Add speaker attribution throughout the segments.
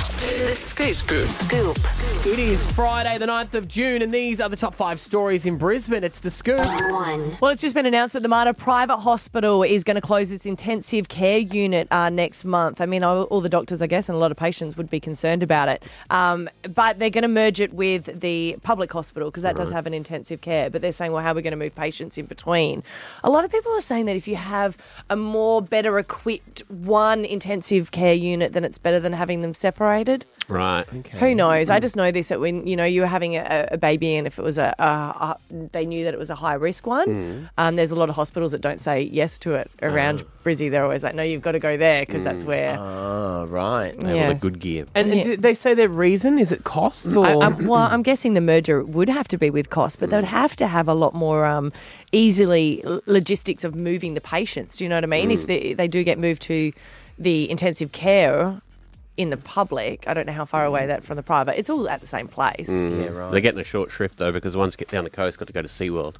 Speaker 1: The Scoop. Scoop. Scoop.
Speaker 2: It is Friday, the 9th of June, and these are the top five stories in Brisbane. It's the scoop.
Speaker 1: One.
Speaker 3: Well, it's just been announced that the Mater Private Hospital is going to close its intensive care unit uh, next month. I mean, all, all the doctors, I guess, and a lot of patients would be concerned about it. Um, but they're going to merge it with the public hospital because that does have an intensive care. But they're saying, well, how are we going to move patients in between? A lot of people are saying that if you have a more better equipped one intensive care unit, then it's better than having them separated.
Speaker 4: Right.
Speaker 3: Who knows? I just know this that when you know you were having a, a baby, and if it was a, a, a they knew that it was a high risk one. Um, there's a lot of hospitals that don't say yes to it around Brizzy. They're always like, no, you've got to go there because that's where.
Speaker 2: Oh, right.
Speaker 4: They want
Speaker 3: Yeah.
Speaker 4: a good gear.
Speaker 2: And, and
Speaker 3: Yeah.
Speaker 2: do they say their reason? Is it costs or?
Speaker 3: I, I'm, Um, well, I'm guessing the merger would have to be with cost, but they'd have to have a lot more um, easily l- logistics of moving the patients. Do you know what I mean? If they, they do get moved to the intensive care in the public, I don't know how far away that from the private. It's all at the same place.
Speaker 2: yeah, right.
Speaker 4: They're getting a short shrift though because the ones get down the coast got to go to SeaWorld.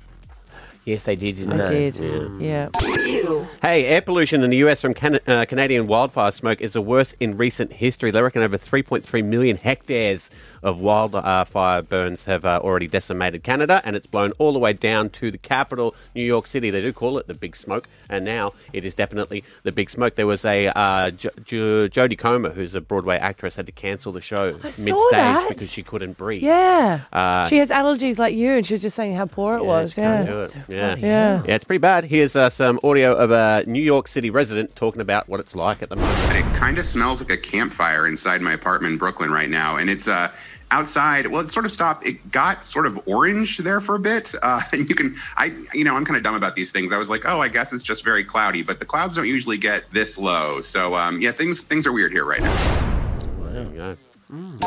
Speaker 2: yes, they did, didn't
Speaker 3: I
Speaker 2: they?
Speaker 3: did. Yeah.
Speaker 1: Two.
Speaker 4: Hey, air pollution in the US from Can- uh, Canadian wildfire smoke is the worst in recent history. They reckon over 3.3 million hectares of wildfire burns have uh, already decimated Canada, and it's blown all the way down to the capital, New York City. They do call it the Big Smoke, and now it is definitely the Big Smoke. There was a uh, jo- jo- Jodie Comer, who's a Broadway actress, had to cancel the show
Speaker 3: saw
Speaker 4: mid-stage
Speaker 3: that.
Speaker 4: because she couldn't breathe.
Speaker 3: Yeah.
Speaker 4: Uh,
Speaker 3: she has allergies like you, and she was just saying how poor it was.
Speaker 4: Yeah,
Speaker 3: Yeah.
Speaker 4: just can't do it. Yeah.
Speaker 3: Yeah.
Speaker 4: yeah, It's pretty bad. Here's uh, some audio of a New York City resident talking about what it's like at the moment.
Speaker 5: It kind of smells like a campfire inside my apartment in Brooklyn right now, and it's uh outside. Well, it sort of stopped. It got sort of orange there for a bit, uh, and you can I you know I'm kind of dumb about these things. I was like, oh, I guess it's just very cloudy, but the clouds don't usually get this low. So um, yeah, things things are weird here right now.
Speaker 4: There we go.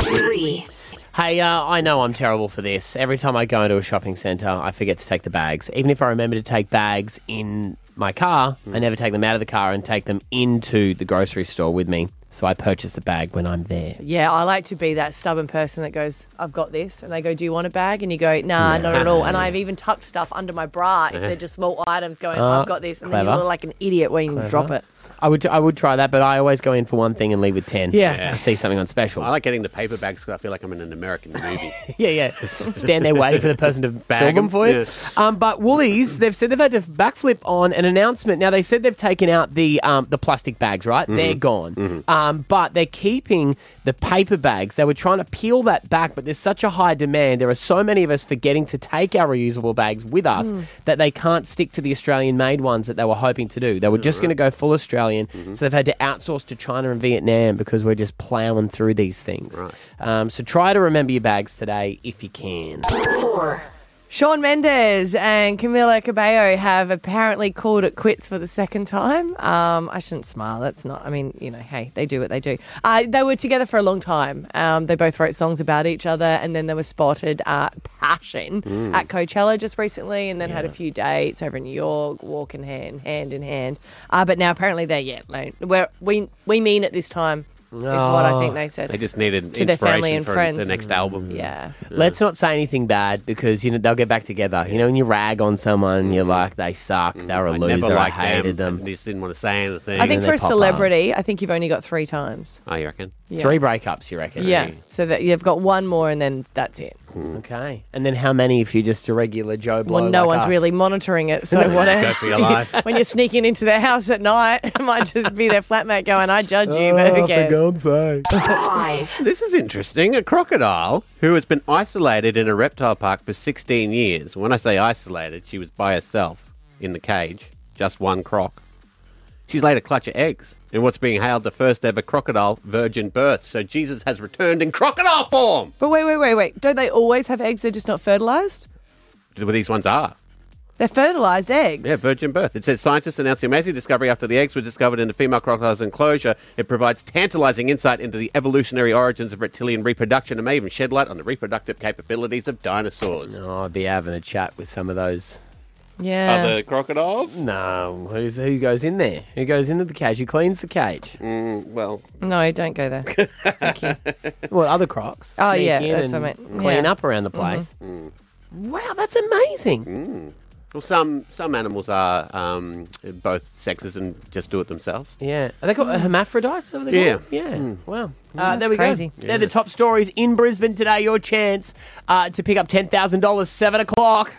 Speaker 1: Three.
Speaker 2: Hey, uh, I know I'm terrible for this. Every time I go into a shopping centre, I forget to take the bags. Even if I remember to take bags in my car, I never take them out of the car and take them into the grocery store with me. So I purchase a bag when I'm there.
Speaker 3: Yeah, I like to be that stubborn person that goes, I've got this. And they go, Do you want a bag? And you go, Nah, not at all. And I've even tucked stuff under my bra if they're just small items going,
Speaker 4: Oh,
Speaker 3: I've got this. And then you
Speaker 2: clever.
Speaker 3: look like an idiot when you drop it.
Speaker 2: I would, I would try that, but I always go in for one thing and leave with ten.
Speaker 3: Yeah.
Speaker 2: I see something on special.
Speaker 4: I like getting the paper bags because I feel like I'm in an American movie.
Speaker 2: Yeah, yeah. Stand there waiting for the person to bag
Speaker 4: Bag
Speaker 2: them
Speaker 4: 'em,
Speaker 2: for you.
Speaker 4: yeah.
Speaker 2: Um, but Woolies, they've said they've had to backflip on an announcement. Now they said they've taken out the um, the plastic bags, right? They're gone. Um, but they're keeping the paper bags. They were trying to peel that back, but there's such a high demand. There are so many of us forgetting to take our reusable bags with us that they can't stick to the Australian made ones that they were hoping to do. They were just going to go full Australian, so they've had to outsource to China and Vietnam because we're just plowing through these things. Right. Um, so try to remember your bags today if you can.
Speaker 1: Four.
Speaker 3: Sean Mendes and Camila Cabello have apparently called it quits for the second time. Um, I shouldn't smile. That's not, I mean, you know, hey, they do what they do. Uh, they were together for a long time. Um, they both wrote songs about each other and then they were spotted uh, passion
Speaker 2: Mm.
Speaker 3: at Coachella just recently and then had a few dates over in New York, walking hand, hand in hand. Uh, but now apparently they're, yeah, no, we're, we, we mean it this time, is what I
Speaker 2: Oh,
Speaker 3: think they said.
Speaker 4: They just needed
Speaker 3: To
Speaker 4: inspiration
Speaker 3: their family and
Speaker 4: for
Speaker 3: friends.
Speaker 4: the next album.
Speaker 3: yeah.
Speaker 2: Let's not say anything bad because you know they'll get back together. You know, when you rag on someone,
Speaker 3: Mm.
Speaker 2: you're like they suck, they were a
Speaker 4: I
Speaker 2: loser,
Speaker 4: never liked
Speaker 2: I hated them.
Speaker 4: I just didn't want to say anything.
Speaker 3: I think
Speaker 2: they
Speaker 3: for a
Speaker 2: pop up.
Speaker 3: celebrity, I think you've only got three times.
Speaker 4: Oh, you reckon?
Speaker 3: Yeah.
Speaker 2: Three breakups, you reckon? Mm.
Speaker 3: Yeah. So that you've got one more and then that's it.
Speaker 2: Okay. And then how many if you're just a regular Joe Blow?
Speaker 3: Well, no
Speaker 2: like
Speaker 3: one's
Speaker 2: us?
Speaker 3: really monitoring it. So what
Speaker 4: Go
Speaker 3: else?
Speaker 4: for your life.
Speaker 3: when you're sneaking into their house at night, it might just be their flatmate going, I judge you, but who cares?
Speaker 1: Five.
Speaker 4: This is interesting. A crocodile who has been isolated in a reptile park for 16 years. When I say isolated, she was by herself in the cage, just one croc. She's laid a clutch of eggs in what's being hailed the first ever crocodile virgin birth. So Jesus has returned in crocodile form.
Speaker 3: But wait, wait, wait, wait. Don't they always have eggs? They're just not fertilized?
Speaker 4: Well, these ones are.
Speaker 3: They're fertilized eggs.
Speaker 4: Yeah, virgin birth. It says scientists announced the amazing discovery after the eggs were discovered in a female crocodile's enclosure. It provides tantalizing insight into the evolutionary origins of reptilian reproduction and may even shed light on the reproductive capabilities of dinosaurs.
Speaker 2: Oh, I'd be having a chat with some of those.
Speaker 3: Yeah.
Speaker 4: Other crocodiles?
Speaker 2: No, who's, who goes in there? Who goes into the cage? Who cleans the cage?
Speaker 3: Mm.
Speaker 4: Mm, Well,
Speaker 3: No, don't go there.
Speaker 2: Well, other crocs.
Speaker 3: Oh,
Speaker 2: sneak
Speaker 3: yeah, Mm-hmm.
Speaker 2: in
Speaker 3: that's what I
Speaker 2: and
Speaker 3: meant.
Speaker 2: Clean
Speaker 3: Yeah.
Speaker 2: up around the place. Wow, that's amazing.
Speaker 4: Well, some some animals are um, both sexes and just do it themselves.
Speaker 2: Yeah. Are they called
Speaker 3: Hmm.
Speaker 2: hermaphrodites? Is that what they're
Speaker 4: Yeah.
Speaker 2: called? Yeah. Wow. Uh, there
Speaker 3: that's
Speaker 2: we
Speaker 3: crazy.
Speaker 2: go. They're the top stories in Brisbane today. Your chance uh, to pick up $10,000, 7 o'clock.